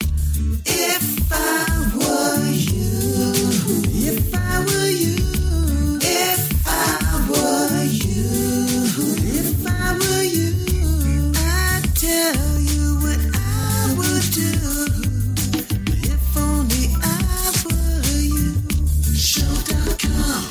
If I were you, if I were you, if I were you, if I were you, I'd tell you what I would do. If only I were you. Show.com.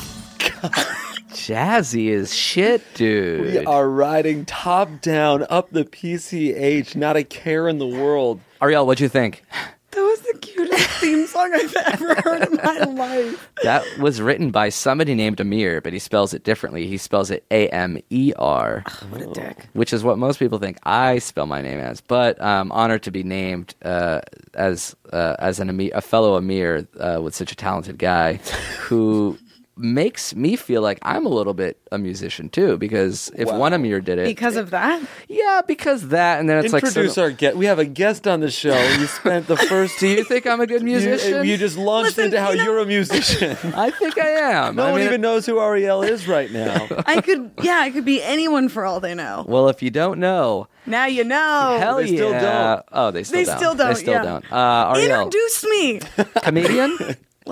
Jazzy as shit, dude. We are riding top down up the PCH, not a care in the world. Ariel, what'd you think? That was the cutest theme song I've ever heard in my life. That was written by somebody named Amir, but he spells it differently. He spells it A M E R, What a dick. which is what most people think I spell my name as. But um, honored to be named uh, as uh, as an Amir, a fellow Amir uh, with such a talented guy, who makes me feel like I'm a little bit a musician too. Because if one Amir did it, Because of that? yeah, because that, and then it's like. Introduce so- our guest. We have a guest on the show. You spent the first. do you think I'm a good You, uh, musician? you just launched Listen, into how you know- you're a musician. I think I am. No I one mean, even knows who Ariel is right now. I could, yeah, I could be anyone for all they know. Well, if you don't know, Now you know. Hell They yeah. still don't. Oh, they still They don't. still don't, They still yeah. don't. Uh, Ariel, Introduce me. comedian?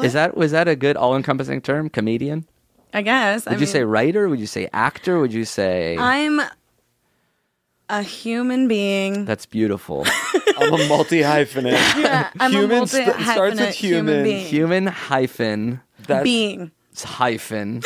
Is that was that a good all-encompassing term? Comedian? I guess. Would you say writer? Would you say actor? Would you say I'm a human being. that's beautiful? I'm a multi hyphenate. Yeah, I'm Human a st- starts with multi-hyphenate human. being. Human hyphen being. hyphen.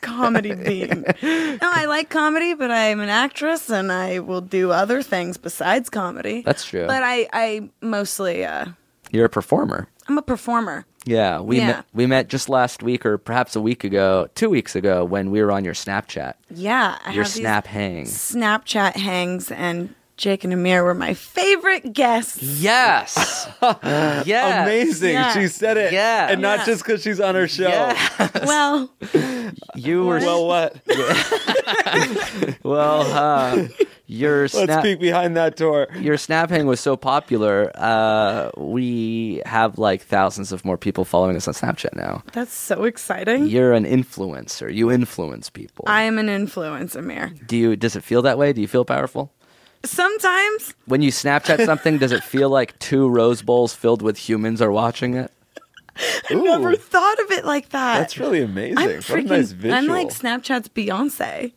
Comedy being. No, I like comedy, but I'm an actress and I will do other things besides comedy. That's true. But I, I mostly, uh, You're a performer. I'm a performer. Yeah, we Yeah. met we met just last week or perhaps a week ago, two weeks ago when we were on your Snapchat. Yeah, I Your have these snap hang. Snapchat hangs, and Jake and Amir were my favorite guests. Yes. yes. Amazing. Yeah. She said it. Yeah. And not Yeah. just because she's on her show. Yeah. Well, You were Well, what? well uh, your Let's snap peek behind that door. your snap hang was so popular uh, we have like thousands of more people following us on snapchat now that's so exciting. you're an influencer you influence people I am an influence, Amir. do you does it feel that way do you feel powerful Sometimes, when you snapchat something does it feel like two rose bowls filled with humans are watching it never thought of it like that. That's really amazing. I'm what a freaking. nice visual. I'm like Snapchat's Beyonce.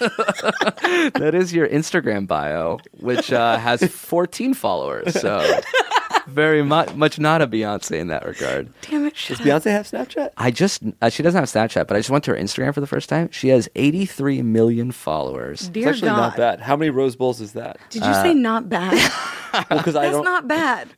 that is your instagram bio which uh, has 14 followers so very much much not a beyonce in that regard Damn it! shut Does Beyonce have Snapchat? Oh I just uh, she doesn't have Snapchat, but I just went to her Instagram for the first time. She has 83 million followers. up. It's Dear actually God, not bad. How many Rose Bowls is that? did you say not bad? Because I that's don't. not bad.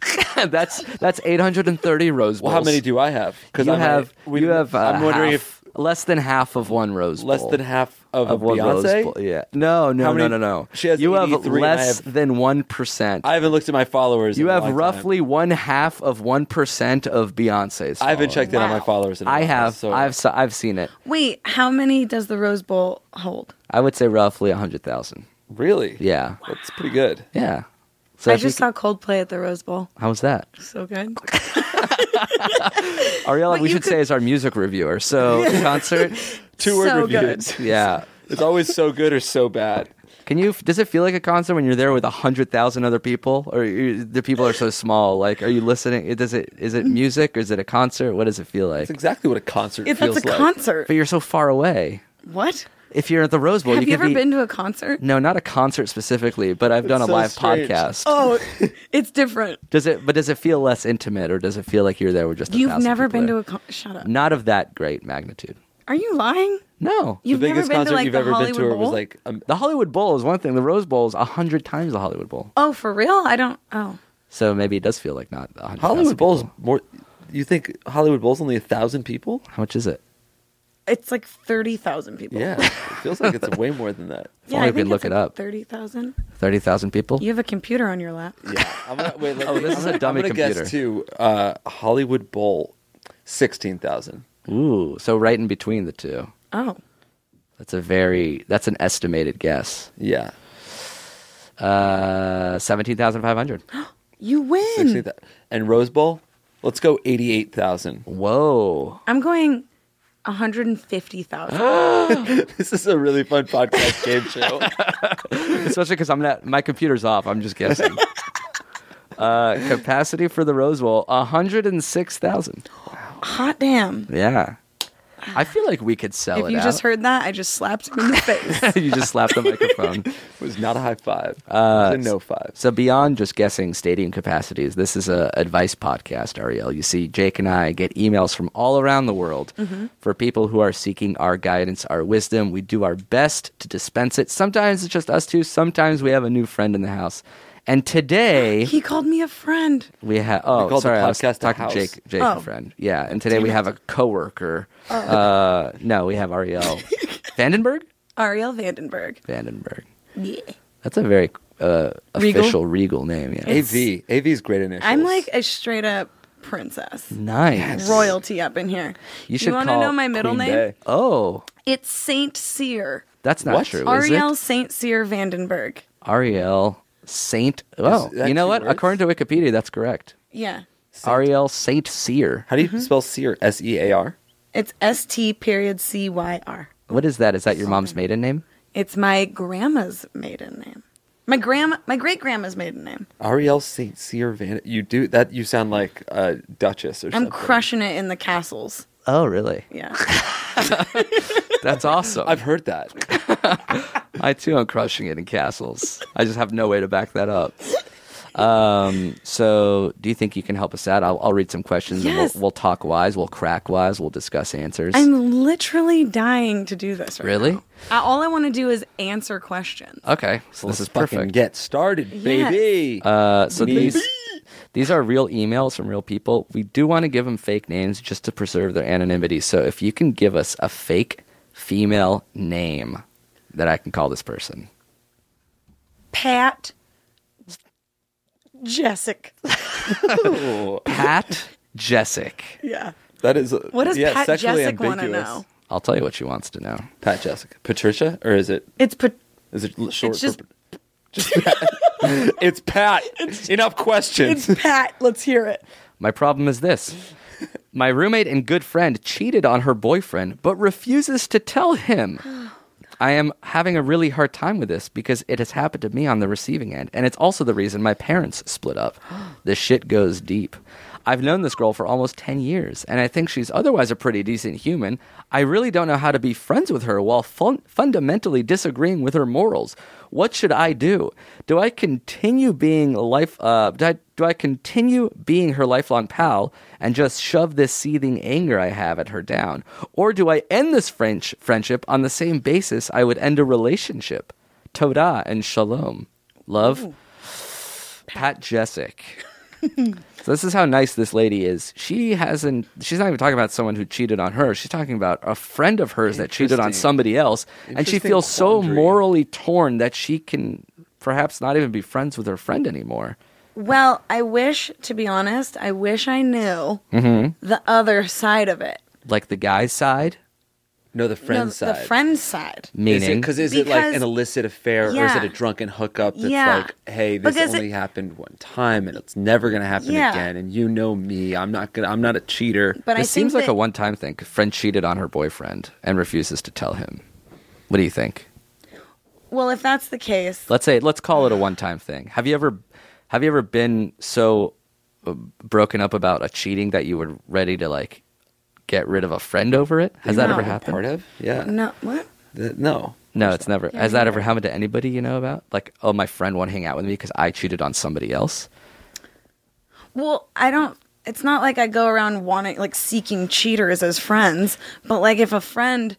that's that's 830 Rose Bowls. well, how many do I have? Because you have? you have. Uh, I'm wondering half- less than half of one Rose if less Bowl. than half of, of a one Rose Beyonce. Bowl. Yeah. No, no, How many- no, no, no. She has you have 83 and I less have- than one percent. I haven't looked at my followers. You in a have long time. roughly one half of one percent of Beyonce's. I haven't followers. checked in on my followers. In a I while, have. So I've s- I've seen it. Wait, how many does the Rose Bowl hold? I would say roughly 100,000. really. Yeah. That's pretty good. Yeah. So I if you just could- saw Coldplay at the Rose Bowl. how was that? So good. Ariella, But we you should could- say is our music reviewer. So concert, Two-word So good. reviews. yeah. It's always so good or so bad. Can you? Does it feel like a concert when you're there with a hundred thousand other people, or you, the people are so small? Like, are you listening? It- Does it? Is it music or is it a concert? What does it feel like? It's exactly what a concert If feels it's a like. concert. But you're so far away. What? If you're at the Rose Bowl, Have you, could ever be- been to a concert? No, not a concert specifically, but I've done It's a so live strange. podcast. Oh, it's different. Does it? But does it feel less intimate, or does it feel like you're there with just? A You've thousand never people been there? to a con- shut up. Not of that great magnitude. Are you lying? No. The You've never biggest been concert to like you've the ever Hollywood been to Bowl? was like um, the Hollywood Bowl is one thing. The Rose Bowl is a hundred times the Hollywood Bowl. oh, for real? I don't. Oh, So maybe it does feel like not a hundred. Hollywood thousand Bowl's people. more. You think Hollywood Bowl's only a thousand people? How much is it? it's like thirty thousand people. Yeah, it feels like it's way more than that. yeah. only I we could think look it's it like up. Thirty thousand. Thirty thousand people. You have a computer on your lap. Yeah, I'm gonna, wait, let Oh, me- this I'm is a gonna- dummy I'm gonna computer. Guess too. Uh, Hollywood Bowl, sixteen thousand. Ooh, so right in between the two. Oh, That's a very that's an estimated guess. Yeah, Uh, seventeen thousand five hundred. you win. 16,000. And Rose Bowl, let's go eighty-eight thousand. Whoa! I'm going one hundred and fifty thousand. This is a really fun podcast game show. Especially because I'm not my computer's off. I'm just guessing. uh, capacity for the Rose Bowl hundred and six thousand. Hot damn! Yeah, I feel like we could sell If it. you just out. heard that, I just slapped him in the face. you just slapped the microphone. It was not a high five. Uh, it was a no five. So beyond just guessing stadium capacities, this is a advice podcast, Ariel. You see, Jake and I get emails from all around the world Mm-hmm. for people who are seeking our guidance, our wisdom. We do our best to dispense it. Sometimes it's just us two. Sometimes we have a new friend in the house. And today he called me a friend. we have. Oh, called the sorry, I was podcast a talking house. to Jake, Jake, Oh. a friend. Yeah, and today we have a coworker. Uh, no, we have Ariel Vandenberg. Ariel Vandenberg. Vandenberg. Yeah. That's a very uh, Regal? official regal name. Yeah. AV. AV's great initials. I'm like a straight up princess. nice. Royalty up in here. You should want to call know my middle Queen name? Bey. Oh, It's Saint Cyr. that's not What? true. Ariel Is it? Saint Cyr Vandenberg. Ariel Saint. Oh, that you know two what? words? According to Wikipedia, that's correct. Yeah. Ariel Saint Seer. How do you mm-hmm. spell seer? S E A R. It's S T period C Y R. What is that? Is that your mom's maiden name? It's my grandma's maiden name. My grandma my great grandma's maiden name. Ariel Saint Cyr Van. You do that. You sound like a duchess or I'm something. crushing it in the castles. Oh, really? Yeah. That's awesome. I've heard that. I too am crushing it in castles. I just have no way to back that up. Um, so, do you think you can help us out? I'll, I'll read some questions. Yes. And we'll, we'll talk wise. We'll crack wise. We'll discuss answers. I'm literally dying to do this right Really? now. I- All I want to do is answer questions. okay. So this Let's is fucking perfect. Get started, Yes. baby. Uh, so these these are real emails from real people. We do want to give them fake names just to preserve their anonymity. So if you can give us a fake female name that I can call this person, Pat Jessica. Pat Jessic. Yeah. that is What does yeah, Pat sexually Jessic want to ambiguous. know? I'll tell you what she wants to know. Pat Jessica, Patricia, or is it It's Pat- is it l- short? It's just- for, just Pat. it's Pat. Enough questions. it's Pat. Let's hear it. My problem is this. My roommate and good friend cheated on her boyfriend, but refuses to tell him. I am having a really hard time with this because it has happened to me on the receiving end, and it's also the reason my parents split up. This shit goes deep. I've known this girl for almost 10 years, and I think she's otherwise a pretty decent human. I really don't know how to be friends with her while fun- fundamentally disagreeing with her morals. What should I do? Do I continue being life? Uh, do, I, do I continue being her lifelong pal and just shove this seething anger I have at her down, or do I end this French friendship on the same basis I would end a relationship? Toda and shalom, love. Pat Jessic. so this is how nice this lady is. She hasn't. She's not even talking about someone who cheated on her. She's talking about a friend of hers that cheated on Interesting. somebody else, and she Interesting feels so quandary. morally torn that she can perhaps not even be friends with her friend anymore. Well, I wish, to be honest, I wish I knew the other side of it. Like the guy's side. No, the friend no, side. The friend side. Is it Meaning, because is it like an Because- illicit affair or is Yeah. it a drunken hookup that's Yeah. like, hey, this Because it- only happened one time and it's never gonna happen Yeah. again, and you know me, I'm not gonna, I'm not a cheater. But I this seems think like that, a one-time thing. Friend cheated on her boyfriend and refuses to tell him. What do you think? Well, if that's the case, Let's say let's call it a one-time thing. Have you ever have you ever been so uh, broken up about a cheating that you were ready to like get rid of a friend over it? Has that No. ever happened? Part of yeah, no. What? The- no. No, it's never. Has that ever happened to anybody you know about? Like, oh, my friend won't hang out with me because I cheated on somebody else. Well, I don't. It's not like I go around wanting, like, seeking cheaters as friends. But like, if a friend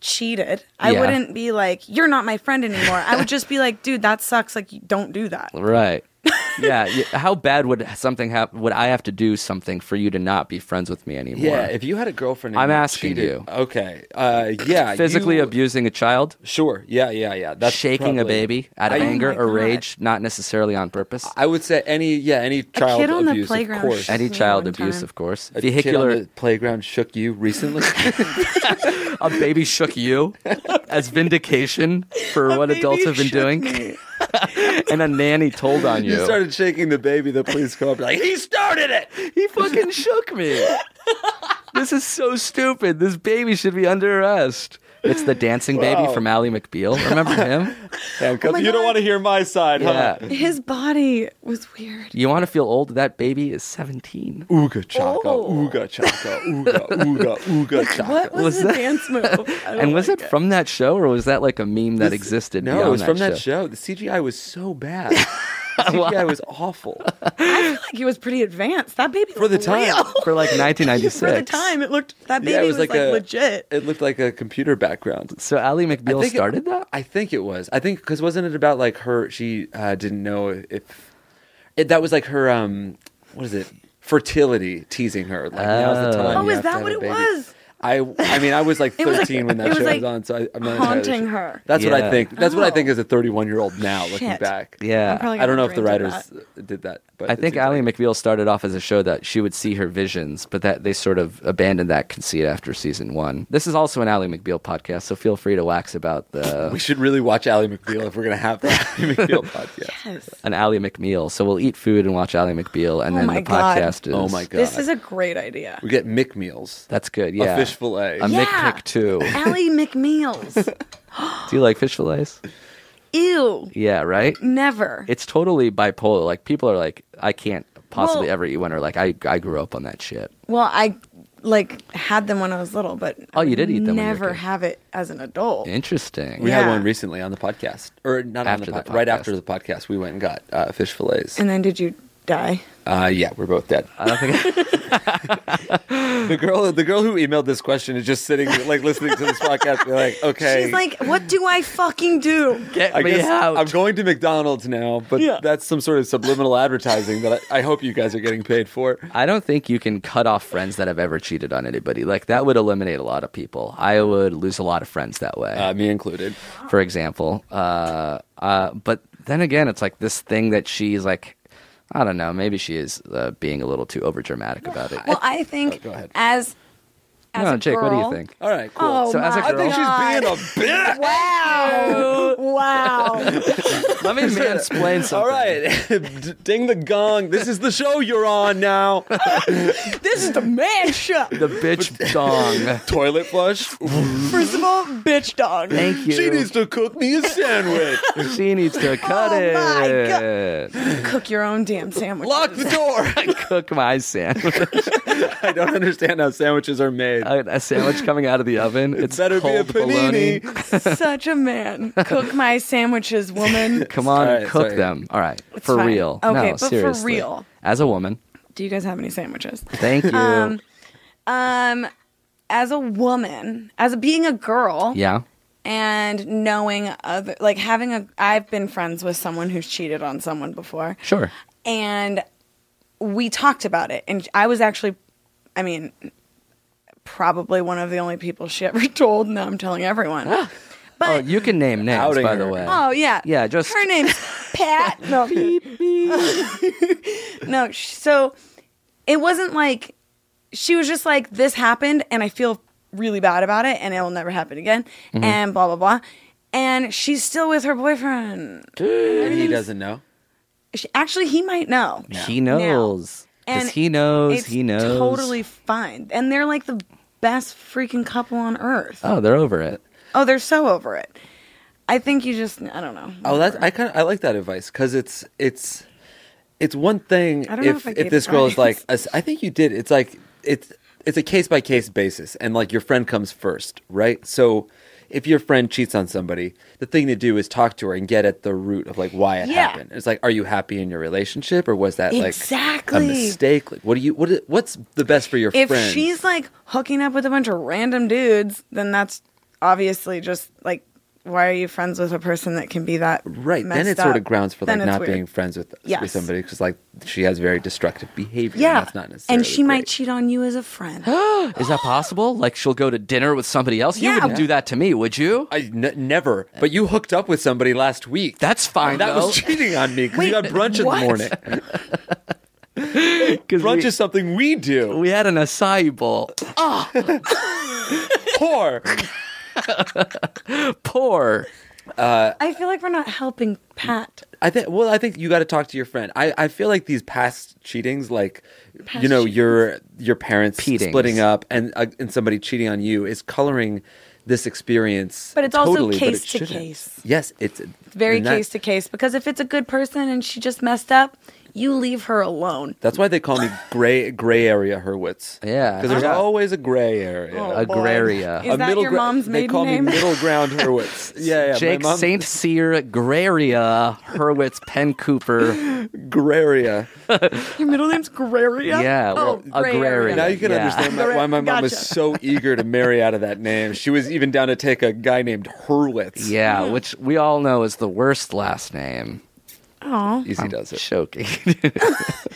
cheated, I Yeah. wouldn't be like, "You're not my friend anymore." I would just be like, "Dude, that sucks. Like, you don't do that." Right. yeah. y- How bad would something happen? Would I have to do something for you to not be friends with me anymore? Yeah, if you had a girlfriend, and I'm you asking cheated- you. Okay, uh, yeah, Physically you- abusing a child, Sure, yeah, yeah, yeah. That's shaking a probably- baby out of I- anger my or God. rage, not necessarily on purpose. I would say any, yeah, any child kid on the abuse, playground of course. should- Any Me child one abuse, time. of course. a kid on Vehicular, the playground shook you recently. a baby shook you as vindication for what adults have been doing, and a nanny told on you. you started shaking the baby. The police come up like he started it. He fucking shook me. this is so stupid. This baby should be under arrest. It's the dancing baby Wow. from Ally McBeal. Remember him? Handcuffs. you don't oh God. want to hear my side, huh? yeah. His body was weird. You want to feel old? That baby is 17. Ooga chaka, ooga chaka, ooga, ooga, ooga chaka. Oh. What was, Was the that- dance move? I don't And was like it from that show, or was that like a meme that Oh This- existed? No, beyond it was from that that show. The CGI was so bad. The CGI was awful I feel like he was pretty advanced. That baby for the looked time. real. for like For 1996. the time, it looked that baby Yeah, it was, like, a- legit. It looked like a computer background. So Ally McBeal think it- started that. I think it was. I think because wasn't it about like her? She uh, didn't know if it, that was like her. um What is it? Fertility teasing her. Like now's the time. Oh, you is have to that have what a it baby. was? I I mean I was like It was like- 13 when that it was show like was on, so I, I'm not entirely Haunting sure. her. That's what Yeah. I think. That's what I think Oh. as a 31 year old now looking Shit. back. Yeah. probably I don't know if the gonna have to writers rant did that, but I it think seems Ally like- McBeal started off as a show that she would see her visions, but that they sort of abandoned that conceit after season one. This is also an Ally McBeal podcast, so feel free to wax about we the should really watch Ally McBeal if we're gonna have the Ally McBeal podcast. about this. an Ally McMeal. So we'll eat food and watch Ally McBeal, and Oh then my the God. podcast is Oh my god, This is a great idea. we get McMeals, that's good. Yeah, a fish fillet. A Yeah. McPick too. Allie McMeals. Do you like fish fillets? Ew. Yeah, right. Never. It's totally bipolar. Like people are like, I can't possibly Well- ever eat one, or like I I grew up on that shit. well, I like had them when I was little, but Oh, I you would did eat them when you were a Never kid. have it as an adult. Interesting. we Yeah. had one recently on the podcast, or not After on the, the podcast. right podcast. after the podcast. We went and got uh, fish fillets. And then did you die? uh, yeah, we're both dead. I don't think the girl, the girl who emailed this question is just sitting like listening to this podcast. Be like, okay, She's like, "What do I fucking do?" get I me guess out. I'm going to McDonald's now, but Yeah. that's some sort of subliminal advertising that I, I hope you guys are getting paid for. I don't think you can cut off friends that have ever cheated on anybody. Like that would eliminate a lot of people. I would lose a lot of friends that way. Uh, me included. for example, uh, uh, but then again, it's like this thing that she's like, I don't know. Maybe she is uh, being a little too overdramatic about it. Well, I think Oh, go ahead. as as no, a Jake, what do you girl- think? All right, cool. Oh So as a my I think God. she's being a bitch. Wow! wow! Let me mansplain something. All right, D- ding the gong. This is the show you're on now. This is the man shop. The bitch dong. Toilet flush. First of all, bitch dog. Thank you. She needs to cook me a sandwich. She needs to cut Oh my it. Cook your own damn sandwich. Lock the door. Cook my sandwich. I don't understand how sandwiches are made. A a sandwich coming out of the oven. Uh, It's Better be a cold bologna. panini. Such a man. Cook my sandwiches, woman. Come on, All right, cook sorry. them. All right, for fine. real. Okay, no, but for seriously. real. As a woman, Do you guys have any sandwiches? thank you. Um, as a woman, as being a girl, yeah, and knowing other, like having a, I've been friends with someone who's cheated on someone before, sure. and we talked about it, and I was actually, I mean, probably one of the only people she ever told. Now I'm telling everyone. Oh, But you can name names, Outing by the her. way. Oh yeah, Yeah, just- her name's Pat. No, no. sh- So it wasn't like she was just like this happened, and I feel really bad about it and it will never happen again Mm-hmm. and blah blah blah and she's still with her boyfriend and he doesn't know. She- actually he might know He knows. Because And he knows. it's He knows. totally fine and they're like the best freaking couple on earth Oh, they're over it. oh they're so over it i think you just i don't know Oh, that's I kind of I like that advice because it's it's it's one thing I don't know if if I if, gave this girl is like advice. a s- I think you did. It's like it's it's a case by case basis, and like your friend comes first, right? So if your friend cheats on somebody, the thing to do is talk to her and get at the root of like why it Yeah. happened. It's like, are you happy in your relationship, or was that Exactly. like a mistake? Like, what do you what is, what's the best for your if friend? she's like hooking up with a bunch of random dudes, then that's obviously just like, why are you friends with a person that can be that Right, then messed it's sort up? of grounds for like Then it's not weird. being friends with, with Yes. somebody because like she has very destructive behavior. and yeah, that's not necessarily and she might great. cheat on you as a friend. Is that possible? Like she'll go to dinner with somebody else? You Yeah. wouldn't do that to me, would you? I n- never. But you hooked up with somebody last week. That's fine. that though. was cheating on me because you got brunch in the what? morning. 'Cause Brunch we, is something we do. we had an acai bowl. Poor. Poor. I feel like we're not helping Pat. I think. Well, I think you got to talk to your friend. I, I feel like these past cheatings, like you know, your your parents Peatings. splitting up and uh, and somebody cheating on you is coloring this experience. But it's also totally, but case it to shouldn't. case. Yes, it's It's very and that- case to case because if it's a good person and she just messed up, you leave her alone. That's why they call me gray gray area Hurwitz. Yeah. because there's Yeah. always a gray area. Oh, boy. Agraria. Is A that middle your gra- mom's They maiden call name? me middle ground Hurwitz. Yeah, yeah. Jake my mom's St. Cyr, Graria, Hurwitz, Penn Cooper. Graria. Your middle name's Graria. Yeah, oh, well, gray area. Agraria. Now you can Yeah. understand my, why my mom was Gotcha. so eager to marry out of that name. She was even down to take a guy named Hurwitz. Yeah, which we all know is the worst last name. Aw, easy Um, does it. Choking.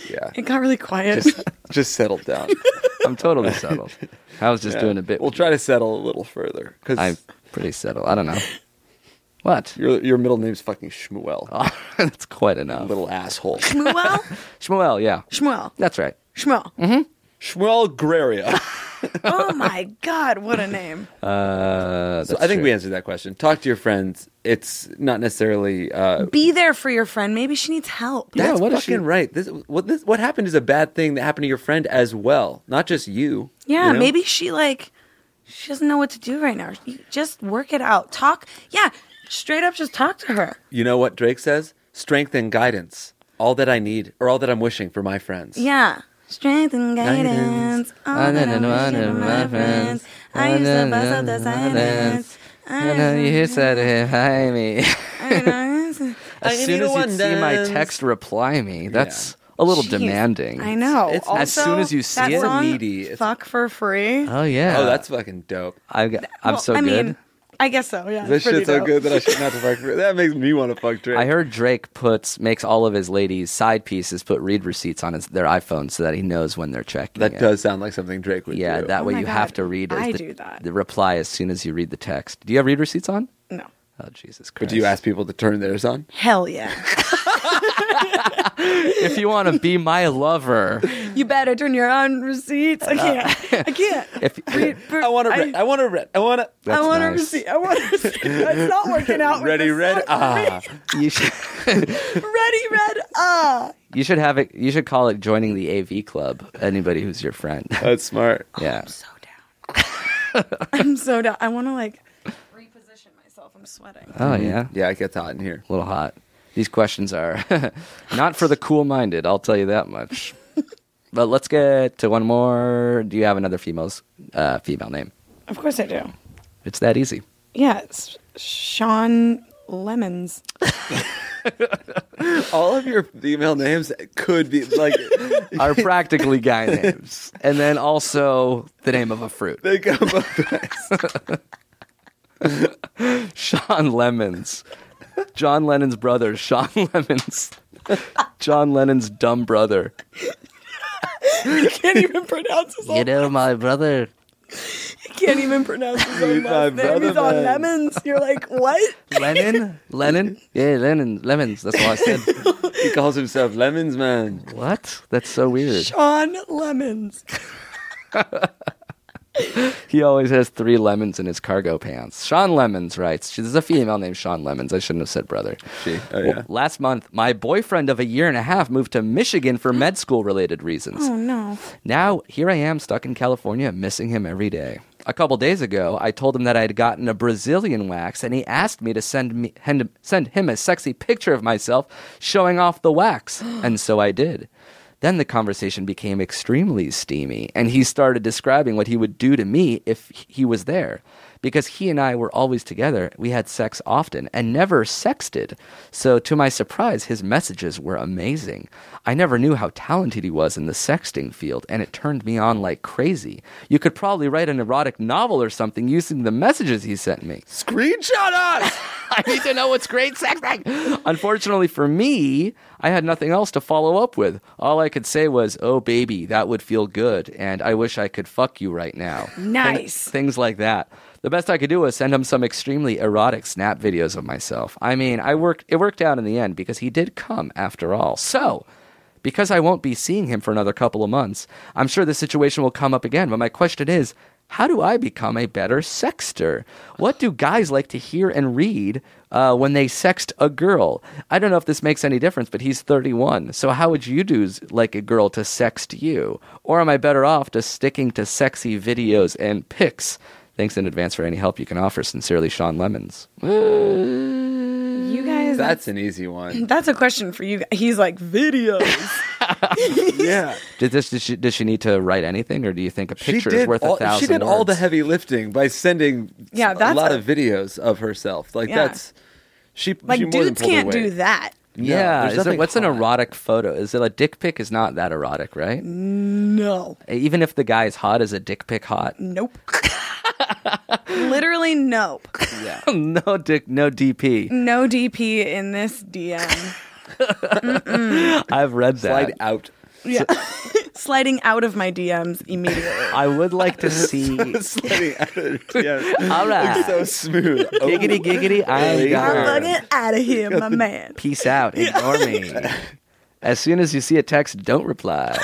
Yeah, it got really quiet. just just settle down. I'm totally settled. I was just doing a bit. We'll try to settle a little further I'm because pretty settled. I don't know. What? your your middle name's fucking Shmuel. Oh. That's quite enough. Little asshole. Shmuel, Shmuel, yeah. Shmuel, That's right. Shmuel. Shmuel Graria. Oh my God, what a name! Uh, So I think we answered that question. Talk to your friends. It's not necessarily uh, Be there for your friend. Maybe she needs help. That's what fucking if she- right. This what this what happened is a bad thing that happened to your friend as well, not just you. Yeah, you know? maybe she like she doesn't know what to do right now. You just work it out. Talk. Yeah, straight up, just talk to her. You know what Drake says? Strength and guidance, all that I need, or all that I'm wishing for my friends. Yeah. Strength and Guidance. guidance. All that I wish for my friends. I used the bus of the silence. And then you said, hey, hi, me. I As soon need as a you see my one-dance. text, reply me. That's a little Jeez. demanding. I know. It's- also, As soon as you see that it- song, needy. It's- Fuck for free. Oh, yeah. Oh, that's fucking dope. I, got- I'm Well, so I good. Mean, I guess so. Yeah. This it's pretty shit's so dope. good that I should not have fucked. Drake. That makes me want to fuck Drake. I heard Drake puts makes all of his ladies side pieces put read receipts on his, their iPhone so that he knows when they're checking. that it. does sound like something Drake would Yeah, do. that Oh way my you have God. to read. as I the, do that. The reply as soon as you read the text. Do you have read receipts on? No. Oh Jesus Christ! But do you ask people to turn theirs on? Hell yeah. if you want to be my lover? you better turn your own receipts. I can't. I can't. If Read- Uh, I want to. I- I want to. I want to. I That's want to nice. receipt. I want to receipt. It's not working out. with Ready, this red. song. Ah, you should, Ready, red. Ah. you should have it. You should call it joining the AV club. Anybody who's your friend. that's smart. yeah. So down. I'm so down. I want to like reposition myself. I'm sweating. Oh yeah. Yeah, it gets hot in here. A little hot. These questions are not for the cool-minded. I'll tell you that much. but let's get to one more. Do you have another female's uh, female name? Of course I do. It's that easy. Yeah, it's Sean Lemons. All of your female names could be like are practically guy names, and then also the name of a fruit. they come up. Sean Lemons, John Lennon's brother, Sean Lemons, John Lennon's dumb brother. Can't even pronounce his. Own, You know my brother, can't even pronounce his own my last name. He's brother, on man. lemons. You're like what? Lennon, Lennon. Yeah, Lennon, Lemons. That's all I said. He calls himself Lemons Man. What? That's so weird. Sean Lemons. He always has three lemons in his cargo pants. Sean Lemons writes, she- there's a female named Sean Lemons. I shouldn't have said brother. She- oh, Well, yeah. last month, my boyfriend of a year and a half moved to Michigan for med school related reasons. Oh no. Now, here I am stuck in California, missing him every day. A couple days ago, I told him that I had gotten a Brazilian wax, and he asked me to send, me, hand- send him a sexy picture of myself showing off the wax, and so I did. Then the conversation became extremely steamy, and he started describing what he would do to me if he was there. Because he and I were always together, we had sex often and never sexted. So, to my surprise, his messages were amazing. I never knew how talented he was in the sexting field, and it turned me on like crazy. You could probably write an erotic novel or something using the messages he sent me. Screenshot us. I need to know what's great sexting. Unfortunately for me, I had nothing else to follow up with. All I could say was, "Oh baby, that would feel good," and "I wish I could fuck you right now." Nice. Thing- things like that. The best I could do was send him some extremely erotic snap videos of myself. I mean, I worked. It worked out in the end because he did come after all. So. Because I won't be seeing him for another couple of months, I'm sure this situation will come up again. But my question is how do I become a better sexter? What do guys like to hear and read uh, when they sext a girl? I don't know if this makes any difference, but he's 31. So how would you do s- like a girl to sext you? Or am I better off just sticking to sexy videos and pics? Thanks in advance for any help you can offer. Sincerely, Sean Lemons. You guys That's an easy one. That's a question for you. He's like videos. Yeah. Did this? Did she, did she need to write anything, or do you think a She picture is did, worth all, a thousand? she did all the words? heavy lifting by sending Yeah, yeah, a that's lot a- of videos of herself. Like Yeah. that's she Like she more than dudes pulled her can't weight. do that. No, Yeah, there's is there, nothing what's an hot. erotic photo? Is it a dick pic? Is not that erotic, right? No. Even if the guy is hot, is a dick pic hot? Nope. Literally nope. no dick, no DP. No DP in this DM. I've read that. Slide out. Yeah. Sliding out of my DMs immediately. I would like to see. Sliding out. Yeah. all right, so smooth. Oh, giggity giggity, I'm I'm gone. fucking out of here, my man. Peace out. Ignore me. As soon as you see a text, don't reply.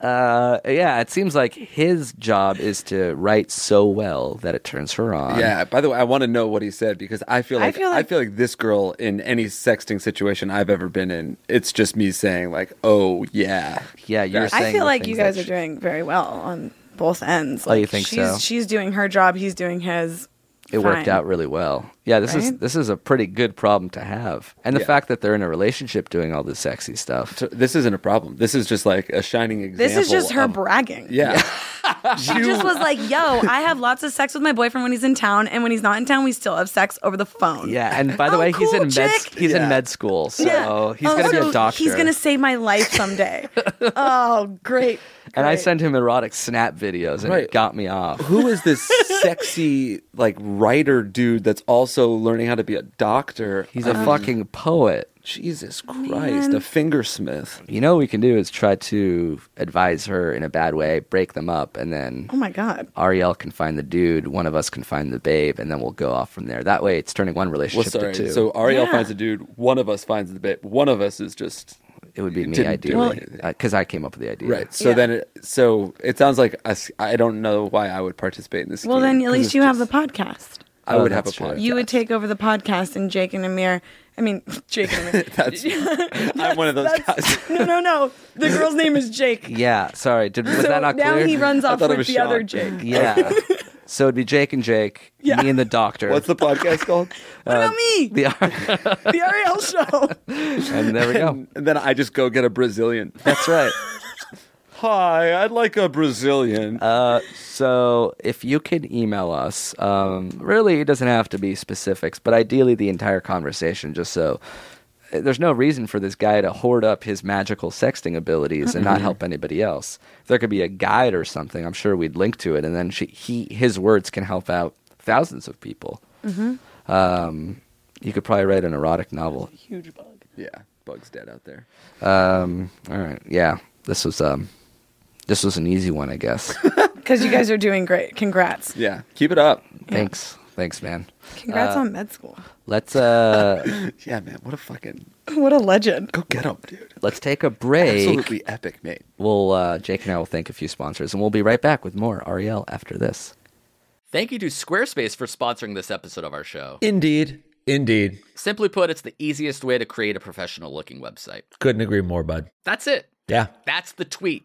Uh, yeah, it seems like his job is to write so well that it turns her on. Yeah. By the way, I want to know what he said because I feel I like I feel feel like- like, this girl in any sexting situation I've ever been in, it's just me saying like, "Oh yeah, yeah. You're I saying I feel the like you things that guys she- are doing very well on both ends. Oh, you Like, think she's, so? She's doing her job. He's doing his. it worked Fine. out really well. Yeah, this is Right? this is a pretty good problem to have, and the Yeah. fact that they're in a relationship doing all this sexy stuff. So this isn't a problem. This is just like a shining example." This is just her of- bragging. Yeah. She just was like, "Yo, I have lots of sex with my boyfriend when he's in town, and when he's not in town, we still have sex over the phone." Yeah, and by the Oh, way, he's in cool, med chick. he's Yeah. in med school, so Yeah. he's Oh, gonna be so a doctor. He's gonna save my life someday. oh, great. and I great. send him erotic snap videos, and it Right. got me off. who is this sexy like writer dude that's also learning how to be a doctor? He's Uh-huh. a fucking poet. Jesus Christ, a fingersmith. You know what we can do is try to advise her in a bad way, break them up, and then Oh my god. Ariel can find the dude, one of us can find the babe, and then we'll go off from there. That way, it's turning one Well, relationship sorry. to two. So Ariel Yeah. finds a dude. One of us finds the bit. One of us is just it would be me, didn't do ideally, anything. because I came up with the idea. right. So Yeah. then, it, so it sounds like I, s- I don't know why I would participate in this. Well, game, then at 'cause least it's you have the just- podcast. I Oh, would have a that's true. podcast. You would take over the podcast, and Jake and Amir. I mean, Jake and Amir. That's, I'm one of those guys. That's- no, no, no. The girl's name is Jake. Yeah, sorry. Did, was so that not now clear? he runs I off thought it was with the other Sean. Jake. yeah. so it'd be Jake and Jake, Yeah. me and the doctor. What's the podcast called? What Uh, about me? The, the Ariel show. and there we go. And, and then I just go get a Brazilian. That's right. Hi, I'd like a Brazilian. Uh, so if you could email us, um, really it doesn't have to be specifics, but ideally the entire conversation, just so eh, there's no reason for this guy to hoard up his magical sexting abilities and not help anybody else. If there could be a guide or something, I'm sure we'd link to it, and then she, he his words can help out thousands of people. Um, you could probably write an erotic novel. yeah, Bug's dead out there. Um, all right, yeah, this was um, this was an easy one, I guess. Because you guys are doing great. Congrats. Yeah, keep it up. Thanks. Thanks, man. Congrats Uh, on med school. Let's uh Yeah, man. What a fucking What a legend. go get him, dude. let's take a break. Absolutely epic, mate. We'll uh, Jake and I will thank a few sponsors, and we'll be right back with more Ariel after this. Thank you to Squarespace for sponsoring this episode of our show. Indeed. Indeed. Simply put, it's the easiest way to create a professional looking website. Couldn't agree more, bud. That's it. Yeah. That's the tweet.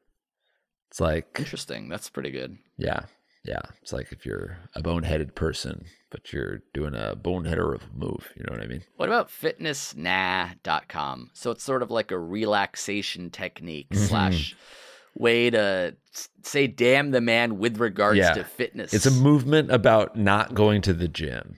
It's like Interesting. That's pretty good. Yeah. Yeah. It's like if you're a boneheaded person, but you're doing a boneheader of a move. You know what I mean? What about fitnessnah.com? So it's sort of like a relaxation technique Mm-hmm. slash way to s- say damn the man with regards Yeah. to fitness. It's a movement about not going to the gym.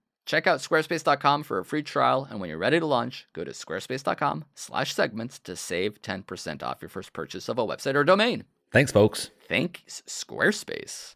check out squarespace.com for a free trial. And when you're ready to launch, go to squarespace.com slash segments to save 10% off your first purchase of a website or domain. Thanks, folks. Thanks, Squarespace.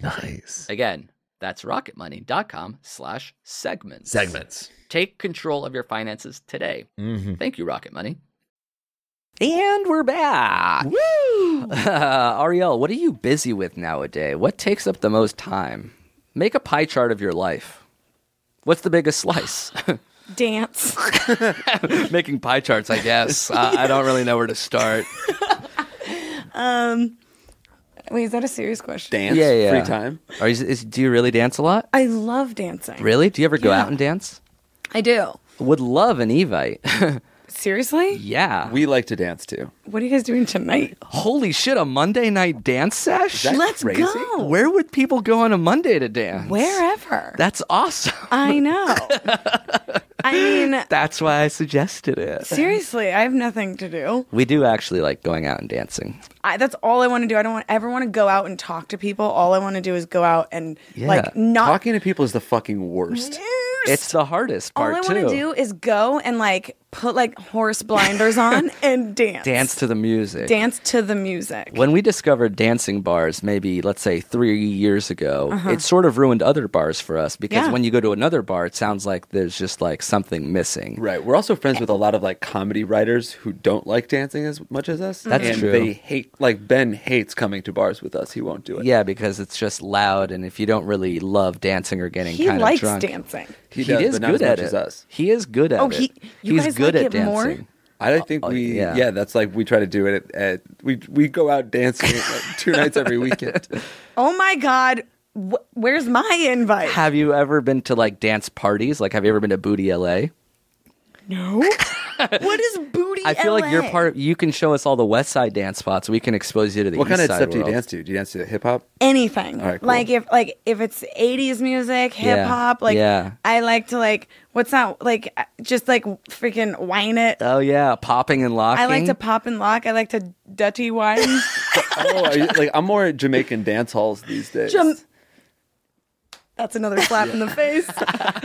nice. Again, that's rocketmoney.com/segments. Segments. Take control of your finances today. hmm Thank you, Rocket Money. And we're back. Woo! Ariel, what are you busy with nowadays? What takes up the most time? Make a pie chart of your life. What's the biggest slice? Dance. Making pie charts, I guess. Uh, I don't really know where to start. Um, Wait, is that a serious question? Dance, Yeah, yeah. free time. Are you, is, do you really dance a lot? I love dancing. Really? Do you ever go out and dance? I do. Would love an Evite. Seriously? yeah. We like to dance too. What are you guys doing tonight? Holy shit, a Monday night dance sesh? that Let's crazy? go. Where would people go on a Monday to dance? Wherever. That's awesome. I know. I mean, That's why I suggested it. seriously, I have nothing to do. We do actually like going out and dancing. I, that's all I want to do. I don't want, ever want to go out and talk to people. All I want to do is go out and like not Talking to people is the fucking worst. It's the hardest All part I too. want to do is go and like put like horse blinders on and dance. dance to the music. dance to the music. when we discovered dancing bars, maybe let's say three years ago, it sort of ruined other bars for us because Uh-huh. Yeah. when you go to another bar, it sounds like there's just like something missing. Right. We're also friends with a lot of like comedy writers who don't like dancing as much as us. That's and true. They hate like Ben hates coming to bars with us. He won't do it. Yeah, because it's just loud, and if you don't really love dancing or getting he kind likes of drunk, dancing. he, does, is but not good as much at it. as us. He is good at Oh, it. he- you He's guys good like at it more? dancing. I think we Oh, yeah. yeah. that's like we try to do it at, at we we go out dancing like, two nights every weekend. Oh my god, wh- where's my invite? Have you ever been to like dance parties? Like, have you ever been to Booty LA? no. what is booty? I feel like you're LA? part. Of, you can show us all the West Side dance spots. We can expose you to the What East kind of Side stuff do you world. dance to? Do you dance to hip hop? anything. All right, cool. Like if like if it's 80s music, Yeah. hip hop, like Yeah. I like to like what's that like uh, just like freaking whine it. Oh yeah, popping and locking. I like to pop and lock. I like to dutty whine. Oh, are you, like I'm more at Jamaican dance halls these days. Jam- That's another slap in the face.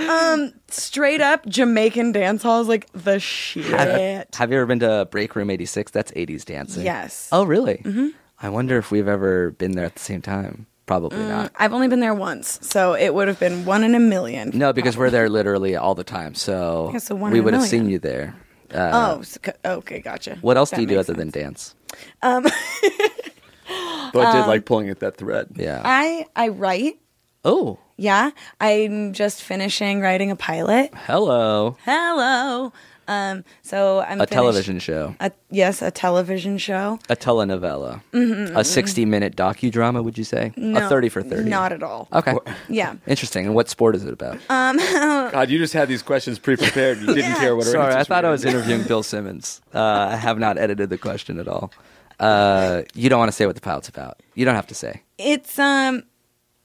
um, straight up Jamaican dance hall is like the shit. Have you ever been to Break Room '86? That's '80s dancing. yes. Oh really? Mm-hmm. I wonder if we've ever been there at the same time. Probably not. I've only been there once, so it would have been one in a million. No, because we're there literally all the time. So, Yeah, so one we in a would have million. seen you there. Oh, s- c- okay, gotcha. What else That do you do makes other sense. than dance? Though I did Um, like pulling at that thread. Yeah. I I write. oh, Yeah, I'm just finishing writing a pilot. hello. Hello. Um, so I'm A finish- television show, A, yes, a television show. a telenovela, Mm-hmm, a 60 minute docudrama, would you say? a 30 for 30. Not at all. Okay. Yeah. Interesting. And what sport is it about? God, you just had these questions pre-prepared. You didn't care what. our Sorry, I answers thought were. I was interviewing Bill Simmons. Uh, I have not edited the question at all. Uh, you don't want to say what the pilot's about. You don't have to say. It's um.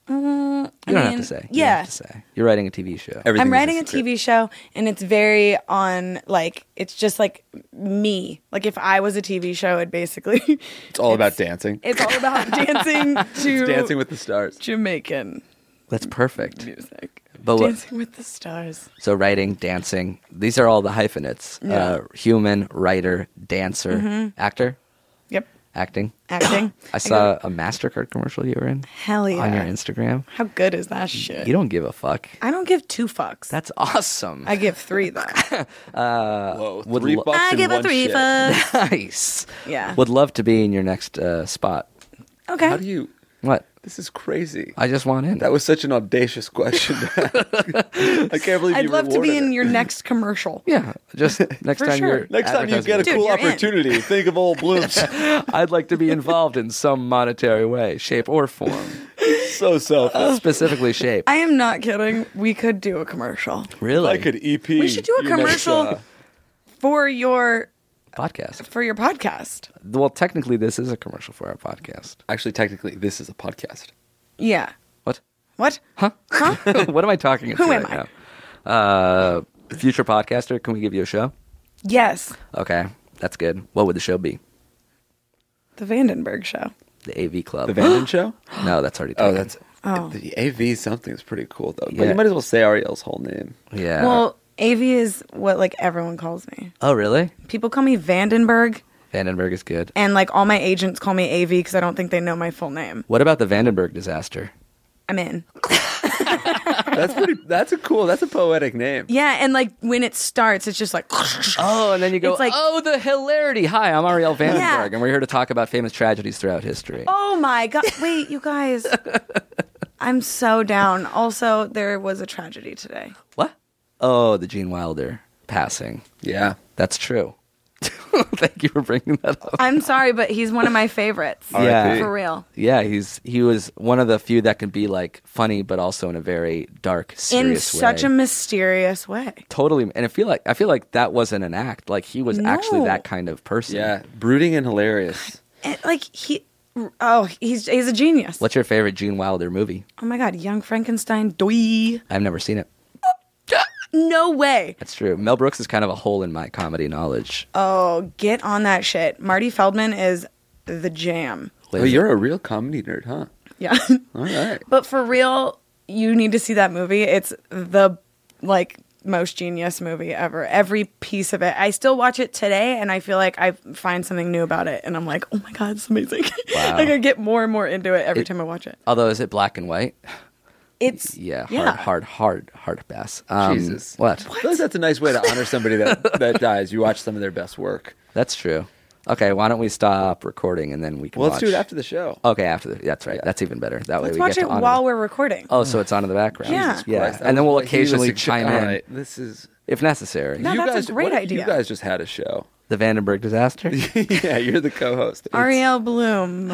mm, I You don't have mean, to say. You don't Yeah. have to say. You're writing a TV show. Everything I'm is writing a secret. TV show, and it's very on like it's just like me. Like if I was a TV show, it basically It's all about dancing. it's all about dancing to It's dancing with the stars. Jamaican That's perfect. music. But what- dancing with the stars. So writing, dancing, these are all the hyphenates. Uh, human, writer, dancer, Mm-hmm. actor, Yep, acting. acting. I saw a MasterCard commercial you were in Hell yeah! on your Instagram. How good is that shit? You don't give a fuck. I don't give two fucks. That's awesome. I give three though. Whoa, would three lo- bucks I and give a one three shit. fucks. nice. Yeah. Would love to be in your next uh, spot. Okay. How do you? What? This is crazy. I just want in. that was such an audacious question. I can't believe I'd you love to be rewarded in it. your next commercial. yeah. Just next For time sure. you're Next time you get a Dude, cool you're in. opportunity, think of old blooms. I'd like to be involved in some monetary way, shape or form. so selfless. Oh, Specifically, shape. I am not kidding. We could do a commercial really? I could EP. We should do a your next, commercial. uh, for your podcast. for your podcast. Well, technically, this is a commercial for our podcast. actually, technically, this is a podcast. Yeah. What? What? Huh? Huh? what am I talking about? Who am right Now? Uh, future podcaster, can we give you a show? yes. Okay, that's good. What would the show be? The Vandenberg Show. The AV Club. The Vanden Show. no, that's already. Oh, taken. that's the AV. Something's pretty cool though. But Yeah. you might as well say Ariel's whole name. yeah. Uh, Well, AV is what like everyone calls me. oh, really? People call me Vandenberg, Vandenberg is good. and like all my agents call me AV because I don't think they know my full name. What about the Vandenberg disaster? I'm in. That's pretty. That's a cool. That's a poetic name. Yeah, and like when it starts, it's just like. Oh, and then you go, It's like- oh, the hilarity. Hi, I'm Ariel Vandenberg, Yeah. and we're here to talk about famous tragedies throughout history. Oh my god! Wait, you guys, I'm so down. Also, there was a tragedy today. What? Oh, the Gene Wilder passing. Yeah. That's true. Thank you for bringing that up. I'm sorry, but he's one of my favorites. Yeah. for real. Yeah, he's he was one of the few that can be like funny, but also in a very dark, In serious such a way. mysterious way. totally. And I feel like I feel like that wasn't an act. Like he was actually No. that kind of person. Yeah. Brooding and hilarious. And, like he, oh, he's he's a genius. What's your favorite Gene Wilder movie? Oh my god, Young Frankenstein, doi. I've never seen it. No way. That's true. Mel Brooks is kind of a hole in my comedy knowledge. Oh, get on that shit. Marty Feldman is the jam. Oh, you're a real comedy nerd, huh? Yeah. All right. But for real, you need to see that movie. It's the like most genius movie ever. Every piece of it. I still watch it today and I feel like I find something new about it and I'm like, "Oh my god, it's amazing." like I get more and more into it every time I watch it. Although, is it black and white? It's Yeah, hard, hard, hard, hard pass. Um, Jesus. What? I feel like that's a nice way to honor somebody that, that dies. You watch some of their best work. That's true. Okay, why don't we stop recording and then we can Well, watch- let's do it after the show. Okay, after the, that's right. That's even better. That way Let's we watch get it to honor. while we're recording. Oh, so it's on in the background. Yeah. yeah. Christ, that and then was we'll like, he was occasionally a sugge- chime All in right, this is if necessary. No, you that's a guys, great what if idea. You guys just had a show. The Vandenberg disaster. yeah, you're the co-host. It's- Ariel Bloom.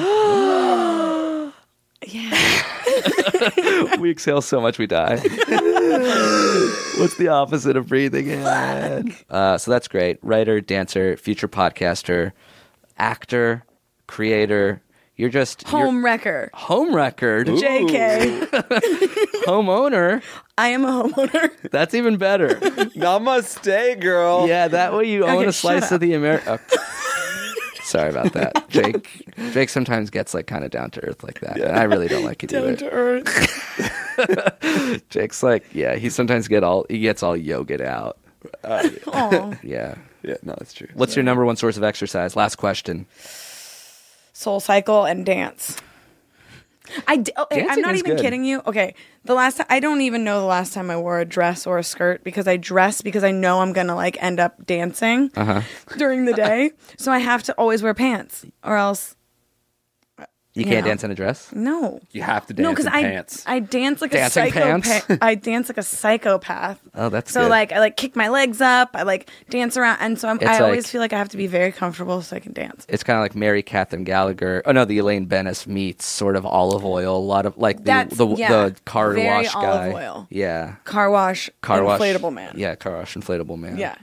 we exhale so much we die. What's the opposite of breathing in? Uh, so that's great. Writer, dancer, future podcaster, actor, creator. You're just you're- Home wrecker. home record, JK. homeowner. I am a homeowner. That's even better. Namaste, girl. yeah, that way you own Okay, a slice shut of the America. Sorry about that, Jake. Jake sometimes gets like kind of down to earth like that. and I really don't like it either. earth. Jake's like, yeah, he sometimes get all he gets all yogaed out. Oh, Yeah. Yeah, no, that's true. What's your number one source of exercise? Last question. Soul Cycle and dance. I d- oh, hey, I'm Dancing not is even good. kidding you. Okay, the last time, I don't even know the last time I wore a dress or a skirt because I dress because I know I'm gonna like end up dancing Uh-huh. during the day, so I have to always wear pants or else You can't Yeah. dance in a dress. no. You have to dance No, in because I pants. I dance like Dancing a psychopath. pants? I dance like a psychopath. Oh, that's so good. like I like kick my legs up. I like dance around, and so I'm, I It's like- always feel like I have to be very comfortable so I can dance. It's kind of like Mary Catherine Gallagher. Oh no, the Elaine Bennis meets sort of olive oil. A lot of like the That's- the, yeah. the car Very wash guy. olive oil. Yeah, Car wash, car wash inflatable man. Yeah, car wash inflatable man. yeah.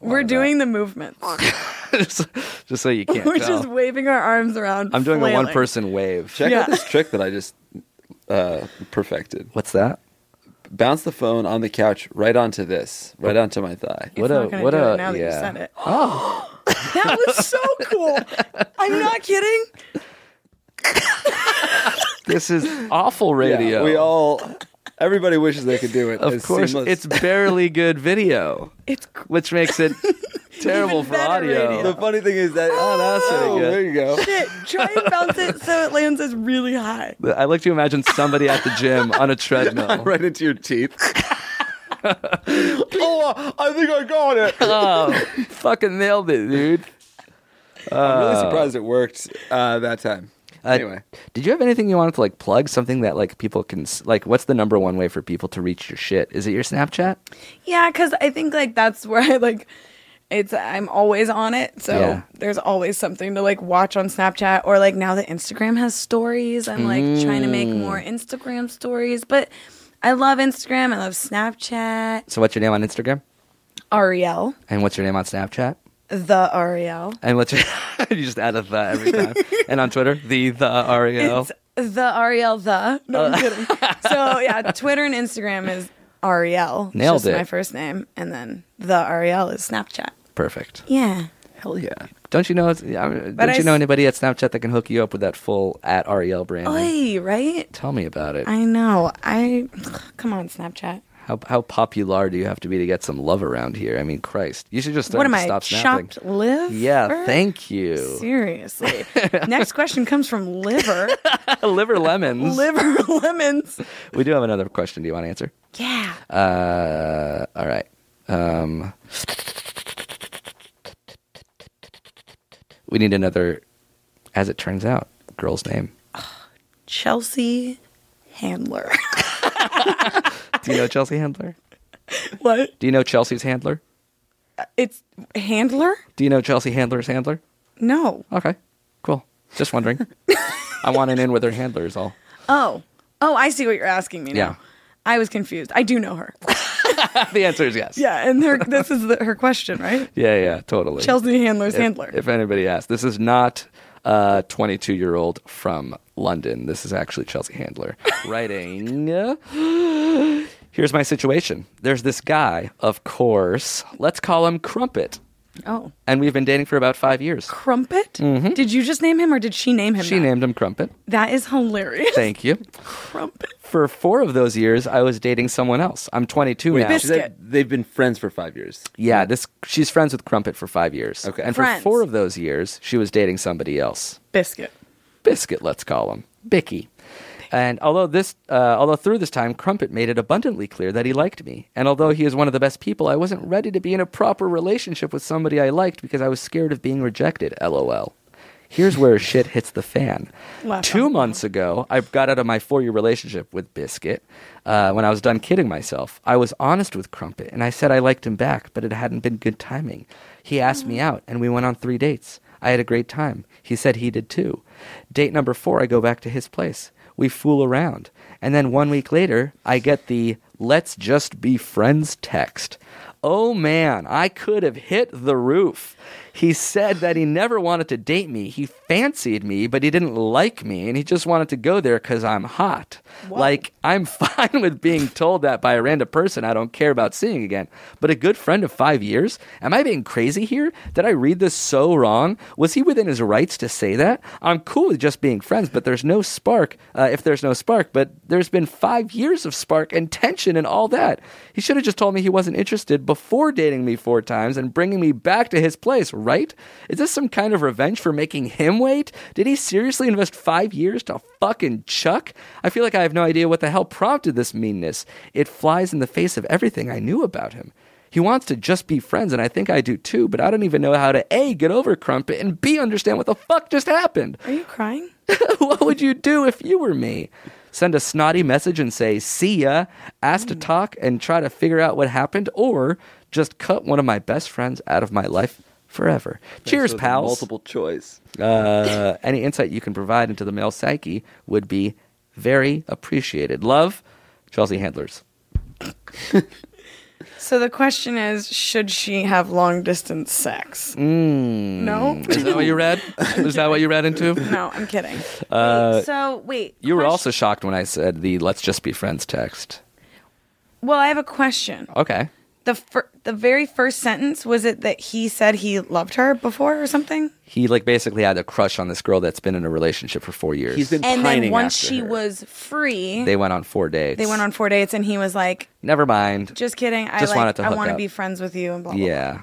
We're doing the movement. just, just so you can't We're tell. just waving our arms around. I'm doing a flailing. one person wave. Check Yeah. out this trick that I just uh, perfected. What's that? Bounce the phone on the couch right onto this, right onto my thigh. what not a gonna what do a it now that you yeah. said it. Oh, That was so cool. I'm not kidding. this is awful Yeah, radio. we all, everybody wishes they could do it. of It's course seamless. it's barely good video, It's cr- which makes it terrible Even for better audio. radio. the funny thing is that oh, that's pretty good. there you go. shit. Try and bounce it so it lands us really high. I like to imagine somebody at the gym on a treadmill. right into your teeth. oh, I think I got it. Oh, fucking nailed it, dude. I'm really surprised it worked uh, that time. anyway, Did you have anything you wanted to like plug? Something that like people can s- like. What's the number one way for people to reach your shit? Is it your Snapchat? Yeah, because I think like that's where I like it's I'm always on it. So Yeah. there's always something to like watch on Snapchat or like now that Instagram has stories, I'm like trying to make more Mm. Instagram stories. But I love Instagram, I love Snapchat. So what's your name on Instagram? Ariel. And what's your name on Snapchat? The Ariel. And what's your you just add a the every time? and on Twitter, the E the Ariel. It's the Ariel the. No, Uh. I'm kidding. So yeah, Twitter and Instagram is Ariel. It's Nailed just it. My first name, and then the Ariel is Snapchat. Perfect. Yeah. hell yeah. Don't you know? it's- I mean, But Don't I you know s- anybody at Snapchat that can hook you up with that full at Ariel brand? Oi, right? Tell me about it. I know. I come on Snapchat. How how popular do you have to be to get some love around here? I mean, Christ, you should just start what am to I stop snapping. chopped liver? Yeah, thank you. Seriously. Next question comes from liver. Liver lemons. liver lemons. we do have another question. Do you want to answer? Yeah. Uh, all right. Um, we need another. As it turns out, girl's name. Chelsea Handler. Do you know Chelsea Handler? what? Do you know Chelsea's handler? It's Handler? Do you know Chelsea Handler's handler? No. Okay, cool. Just wondering. I want an in with her handler is all. Oh. Oh, I see what you're asking me now. Yeah. I was confused. I do know her. The answer is yes. Yeah, and her this is the, her question, right? Yeah, yeah, totally. Chelsea Handler's if, Handler. If anybody asks, this is not a 22 year old from London. This is actually Chelsea Handler writing. uh, Here's my situation. There's this guy, of course. Let's call him Crumpet. Oh, and we've been dating for about five years. Crumpet? Did you just name him or did she name him? Mm-hmm. She that? named him Crumpet. That is hilarious. Thank you. Crumpet. For four of those years, I was dating someone else. I'm 22 now. She said they've been friends for five years. Yeah, this she's friends with Crumpet for five years. Okay. and Friends. for four of those years, she was dating somebody else. Biscuit. Biscuit, let's call him Bicky. And although this, uh, although through this time, Crumpet made it abundantly clear that he liked me. And although he is one of the best people, I wasn't ready to be in a proper relationship with somebody I liked because I was scared of being rejected. LOL. Here's where shit hits the fan. Laugh Two out months ago, I got out of my four year relationship with Biscuit uh, when I was done kidding myself. I was honest with Crumpet and I said I liked him back, but it hadn't been good timing. He asked me out and we went on three dates. I had a great time. He said he did too. Date number four, I go back to his place. We fool around. And then one week later, I get the let's just be friends text. Oh man, I could have hit the roof. He said that he never wanted to date me. He fancied me, but he didn't like me, and he just wanted to go there because I'm hot. Like, I'm fine with being told that by a random person I don't care about seeing again. But a good friend of five years? Am I being crazy here? Did I read this so wrong? Was he within his rights to say that? I'm cool with just being friends, but there's no spark uh, if there's no spark. But there's been five years of spark and tension and all that. He should have just told me he wasn't interested before dating me four times and bringing me back to his place, right? Is this some kind of revenge for making him wait? Did he seriously invest five years to fucking Chuck? I feel like I have no idea what the hell prompted this meanness. It flies in the face of everything I knew about him. He wants to just be friends, and I think I do too, but I don't even know how to A, get over Crumpet, and B, understand what the fuck just happened. Are you crying? what would you do if you were me? Send a snotty message and say, see ya, ask to talk and try to figure out what happened, or just cut one of my best friends out of my life forever. Cheers, So the pals. Multiple choice. Uh, any insight you can provide into the male psyche would be very appreciated. Love, Chelsea Handlers. So the question is, should she have long distance sex? Mm. No. Is that what you read? Is that what you read into? no, I'm kidding. so wait, Uh, You were question- also shocked when I said the let's just be friends text. Well, I have a question. Okay. The fir- the very first sentence was it that he said he loved her before or something? He like basically had a crush on this girl that's been in a relationship for four years. He's been And pining then once after she her. was free, They went on four dates. they went on four dates, and he was like, Never mind. "Just kidding. I Just like, wanted to I hook want to up." be friends with you." And blah, blah, blah. yeah,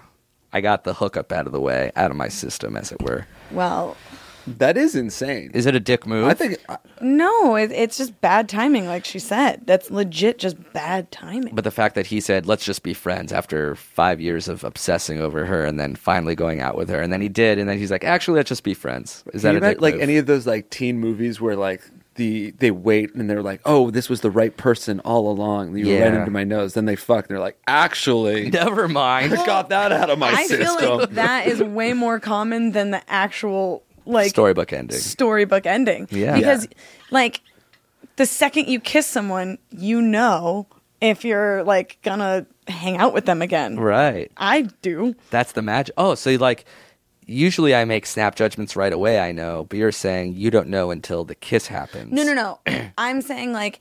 I got the hookup out of the way, out of my system, as it were. Well, That is insane. Is it a dick move? I think no, it, it's just bad timing, like she said. That's legit, just bad timing. But the fact that he said, "Let's just be friends," after five years of obsessing over her, and then finally going out with her, and then he did, and then he's like, "Actually, let's just be friends." Is that Can a you imagine, dick like move? any of those like teen movies where like the they wait and they're like, oh, this was the right person all along. You were right Yeah. into my nose. Then they fuck. And they're like, actually, Never mind. I got that out of my I system. feel like that is way more common than the actual like Storybook ending. storybook ending. Yeah. Because like the second you kiss someone, you know if you're like gonna hang out with them again. Right. I do. That's the magic. Oh, so like usually I make snap judgments right away. I know, but you're saying you don't know until the kiss happens. No, no, no. I'm saying like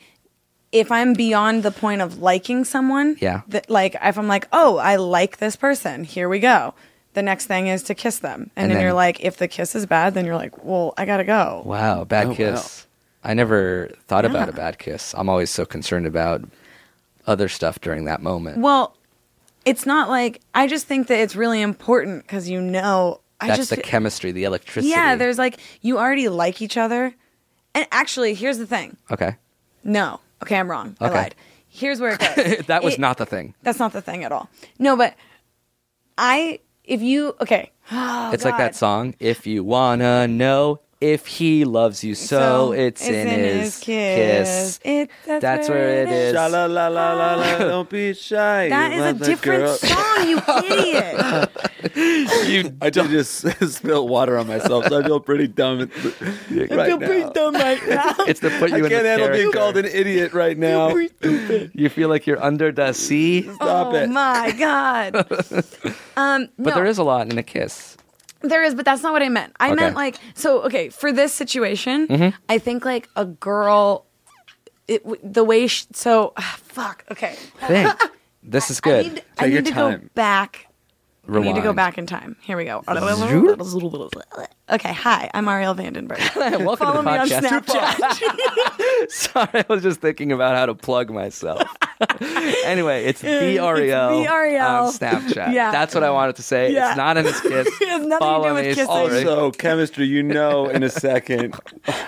if I'm beyond the point of liking someone, Yeah. that like if I'm like, oh, I like this person, here we go. The next thing is to kiss them, and, And then, then- you're like, if the kiss is bad, then you're like, well, I gotta go. Wow, bad wow. kiss. I never thought about a Oh, Yeah. bad kiss. I'm always so concerned about other stuff during that moment. Well, it's not like I just think that it's really important because you know, I That's just the chemistry, the electricity. yeah. There's like you already like each other, and actually, here's the thing. okay. No, okay, I'm wrong. Okay. I lied. Here's where it goes. That was It- not the thing. That's not the thing at all. No, but I if you okay. Oh, it's like God. that song. If you wanna know if he loves you so, it's, in, his, kiss. It, that's, where it is. Sha la la la la la. Don't be shy. That is a different song, you idiot. You I did just spill water on myself, so I feel pretty dumb. At, right I feel pretty dumb. right now. It's to put I you in can't the handle being character. called an idiot right now. You feel like you're under the sea, Stop oh it. my god. um, but there is a lot in a kiss. there is, but that's not what I meant. I Okay. Mm-hmm. meant like so. Okay, for this situation, I think like a girl, it w- the way she, so ah, fuck. Okay, Think. This is I good. need, Take I your need to time. go back We need to go Rewind. back in time. Here we go. Okay, hi, I'm Ariel Vandenberg. Welcome to Follow the me on podcast. Snapchat. Sorry, I was just thinking about how to plug myself. anyway, it's the Ariel The Ariel. on Snapchat. E Yeah. That's what I wanted to say. Yeah. It's not in his kiss. It has nothing to Follow do with me. kissing. Sorry. Also, chemistry, you know, in a second.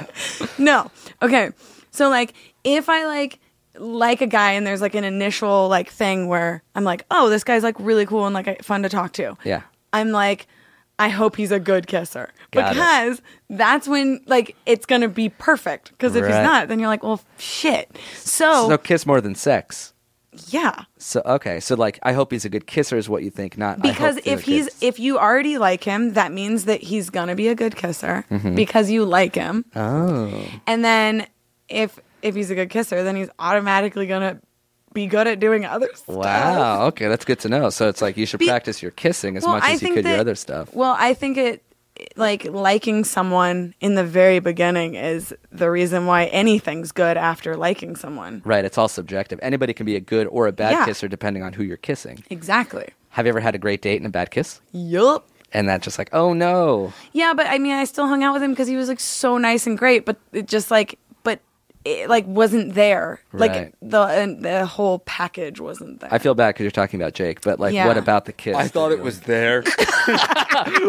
no. Okay. So like if I like like a guy and there's like an initial like thing where I'm like, "Oh, this guy's like really cool and like fun to talk to." Yeah. I'm like, I hope he's a good kisser Got it. because that's when like it's gonna be perfect. Because if Right. he's not, then you're like, well, shit. So, So kiss more than sex. yeah, So okay, so like I hope he's a good kisser is what you think, not I hope because they're if he's kids. if you already like him, that means that he's gonna be a good kisser Mm-hmm. because you like him. oh And then if if he's a good kisser, then he's automatically gonna be good at doing other stuff. wow okay that's good to know. So it's like you should Be- practice your kissing as Well, much I as you think could your that- other stuff. Well, I think it like liking someone in the very beginning is the reason why anything's good after liking someone. Right, it's all subjective. Anybody can be a good or a bad Yeah. kisser depending on who you're kissing. Exactly. Have you ever had a great date and a bad kiss? Yup. And that's just like, oh no. Yeah, but I mean, I still hung out with him because he was like so nice and great, but it just like, but it like wasn't there. Right. Like the and the whole package wasn't there. I feel bad because you're talking about Jake, but like, Yeah. what about the kiss? I thought it was there.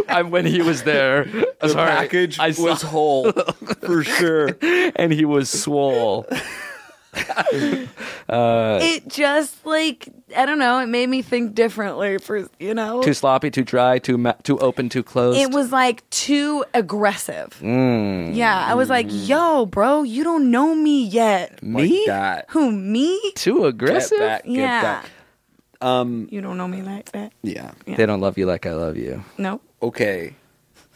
I, when he was there. The package I saw- was whole for sure. and he was swole. it just like I don't know. It made me think differently for you know. too sloppy, too dry, too ma- too open, too closed. it was like too aggressive. Mm. Yeah, I was like, "Yo, bro, you don't know me yet." me That Who me? too get aggressive. back, get Yeah. back. Um, You don't know me like that. Yeah. They don't love you like I love you. No. Okay.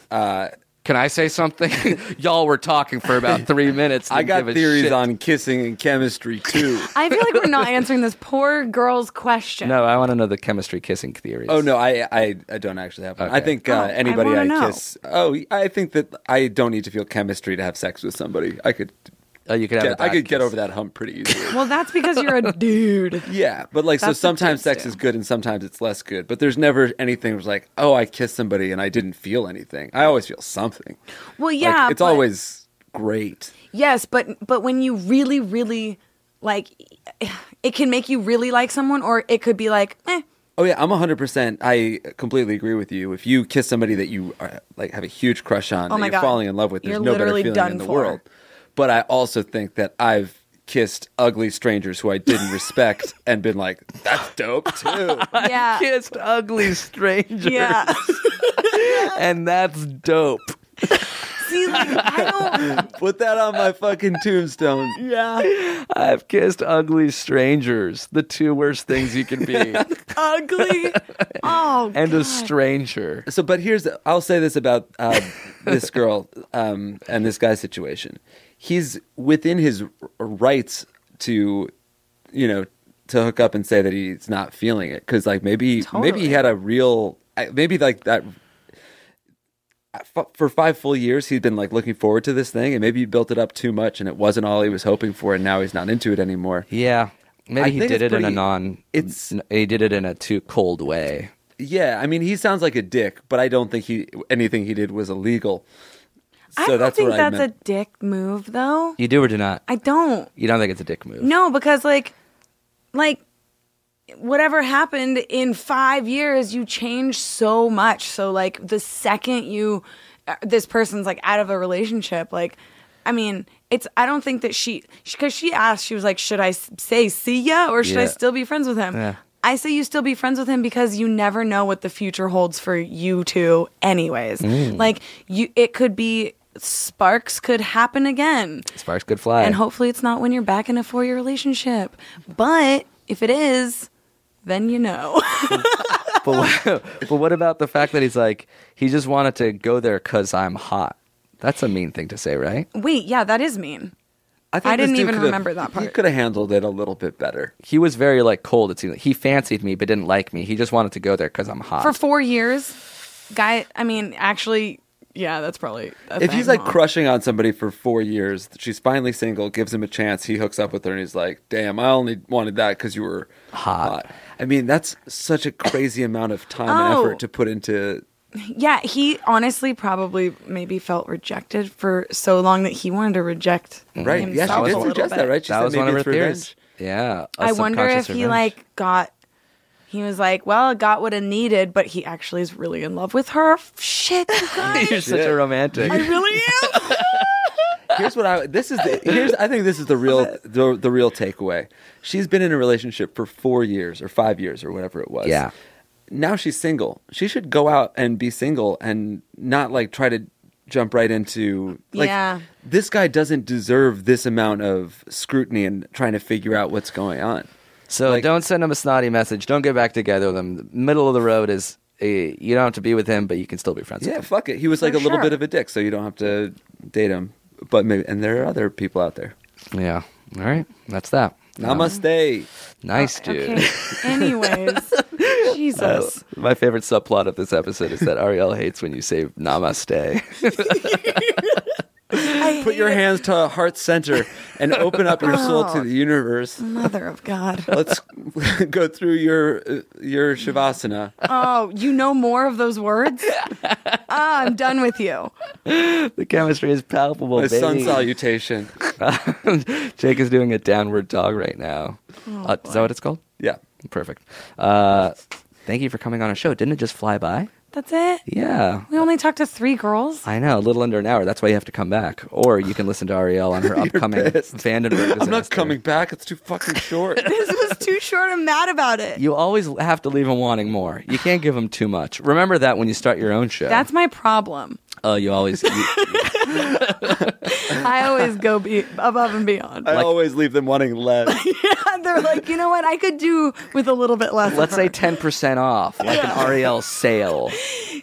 Can I say something? Y'all were talking for about three minutes. I didn't got give a theories shit. on kissing and chemistry too. I feel like we're not answering this poor girl's question. No, I want to know the chemistry kissing theories. Oh no, I I, I don't actually have one. I Okay. think uh, Oh, I anybody I, wanna know. kiss. Oh, I think that I don't need to feel chemistry to have sex with somebody. I could Oh, you could have. get, I could get over that hump pretty easily. Well, that's because you're a dude. yeah, but like so That's what sometimes dudes sex do. is good and sometimes it's less good. But there's never anything was like, oh, I kissed somebody and I didn't feel anything. I always feel something. Well, Like, yeah, it's but- always great. Yes, but but when you really, really like, it can make you really like someone, or it could be like, eh. Oh yeah, I'm 100%. I completely agree with you. If you kiss somebody that you uh, like have a huge crush on Oh and my you're God. falling in love with, there's You're no better literally feeling done in the for. world. But I also think that I've kissed ugly strangers who I didn't respect and been like, that's dope too. Uh, Yeah, Kissed ugly strangers, yeah. and that's dope. See, like, I don't. Put that on my fucking tombstone. Yeah, I've kissed ugly strangers, the two worst things you can Oh, be, ugly. Oh, and a stranger. So, but here's I'll say this about uh, this girl um, and this guy's situation. He's within his r- rights to, you know, to hook up and say that he's not feeling it because, like, maybe maybe he Totally. had a real I- maybe like that. f- For five full years, he'd been like looking forward to this thing, and maybe he built it up too much, and it wasn't all he was hoping for, and now he's not into it anymore. Yeah, maybe I he think did it it's in a pretty- non. it's- n- he did it in a too cold way. Yeah, I mean, he sounds like a dick, but I don't think he anything he did was illegal. So I don't that's think what I that's meant. a dick move, though. You do or do not. I don't. You don't think it's a dick move. No, because like, like, whatever happened in five years, you change so much. So like, the second you, uh, this person's like out of a relationship, like, I mean, it's. I don't think that she, because she asked, she was like, should I s- say see ya or should I Yeah. still be friends with him? Yeah. I say you still be friends with him because you never know what the future holds for you two anyways. Mm. Like you it could be sparks could happen again. Sparks could fly. And hopefully it's not when you're back in a four year relationship. But if it is, then you know. but, what, but what about the fact that he's like he just wanted to go there because I'm hot? That's a mean thing to say, right? Wait, yeah, that is mean. think I this didn't dude even could've- remember that He part. could have handled it a little bit better. He was very like cold. It seemed like he fancied me but didn't like me. He just wanted to go there because I'm hot. For four years, guy I mean, actually yeah, that's probably. a if he's thing, like huh? crushing on somebody for four years, she's finally single, gives him a chance, he hooks up with her, and he's like, "Damn, I only wanted that because you were hot. I mean, that's such a crazy amount of time and Oh. effort to put into. Yeah, he honestly probably maybe felt rejected for so long that he wanted to reject Right? himself Yeah, That she was a did little suggest bit. that, right? She that said was maybe one of her it's revenge. theories. Yeah. a I wonder if subconscious he revenge. like got. He was like, "Well, I got what I needed," but he actually is really in love with her. Shit, you guys. You're such a romantic. I really am. here's what I this is the, here's I think this is the real the, the real takeaway. She's been in a relationship for 4 years or 5 years or whatever it was. Yeah. Now she's single. She should go out and be single and not like try to jump right into like Yeah. this guy doesn't deserve this amount of scrutiny and trying to figure out what's going on. So don't send him a snotty message. Don't get back together with him. The middle of the road is eh, you don't have to be with him, but you can still be friends Yeah, with him. fuck it. He was like For a little sure. bit of a dick, so you don't have to date him. But maybe and there are other people out there. Yeah. All right. That's that. Namaste. Nice, dude. Okay. Anyways, Jesus. My favorite subplot of this episode is that Ariel hates when you say namaste. I Put your hate hands to heart center and open up your soul to Oh. the universe. it. Mother of God. Let's go through your uh, your shavasana. Mm-hmm. Oh, you know more of those words? Ah, I'm done with you. the chemistry is palpable. My baby. sun salutation. Jake is doing a downward dog right now. Uh, is that what it's called? Yeah. Perfect. Uh, thank you for coming on our show. Didn't it just fly by? That's it? Yeah. We only talked to three girls? I know, a little under an hour. That's why you have to come back. Or you can listen to Ariel on her upcoming Vandenberg. I'm not disaster. coming back. It's too fucking short. This was too short. I'm mad about it. You always have to leave them wanting more. You can't give them too much. Remember that when you start your own show. That's my problem. Oh, you always. You, I always go be- above and beyond. I always leave them wanting less. They're like, you know what? I could do with a little bit less. of let's say her." 10% off, like an Ariel sale.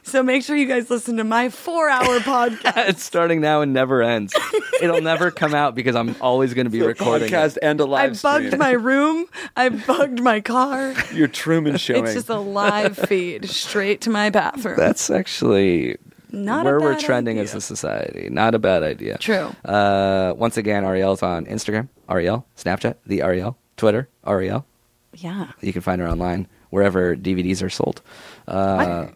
so. Make sure you guys listen to my four-hour podcast. it's starting now and never ends. It'll never come out because I'm always going to be recording. it. Podcast and a I live bugged stream. my room. I bugged my car. Your Truman showing. It's just a live feed straight to my bathroom. That's actually Not a where we're bad trending idea. as a society. Not a bad idea. True. Uh, once again, Ariel's on Instagram, Ariel, Snapchat, the Ariel, Twitter, Ariel. yeah. You can find her online wherever DVDs are sold. Uh,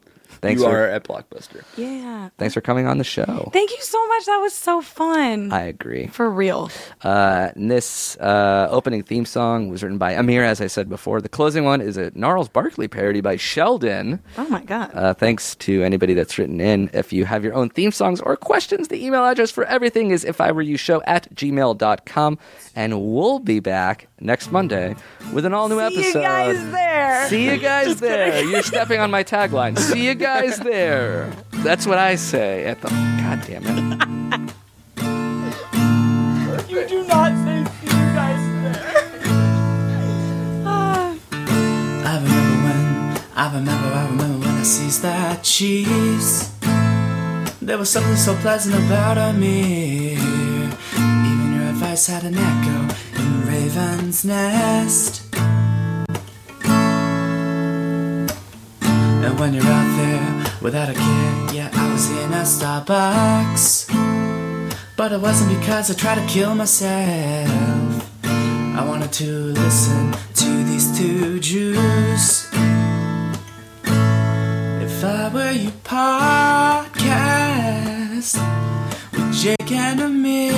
thanks you for are at Blockbuster. Yeah. thanks for coming on the show. Thank you so much. That was so fun. I agree. For real. Uh, and this uh, opening theme song was written by Amir, as I said before. The closing one is a Gnarls Barkley parody by Sheldon. Oh my god. Uh, thanks to anybody that's written in. If you have your own theme songs or questions, the email address for everything is if I were you show at gmail.com. And we'll be back next Monday with an all new See episode. you guys there. See you guys there. You're stepping on my tagline. See you guys there. That's what I say at the. God damn it. You do not say see you guys there. Ah. I remember when, I remember, I remember when I seized that cheese. There was something so pleasant about a mirror. Even your advice had an echo in the raven's nest. And when you're out there without a care, yeah, I was in a Starbucks. But it wasn't because I tried to kill myself. I wanted to listen to these two Jews. If I were you podcast with Jake and Amir,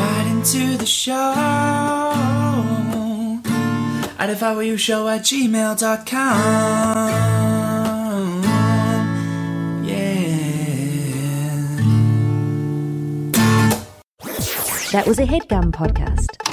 right into the show. At if I were you show at gmail.com. Yeah. That was a headgum podcast.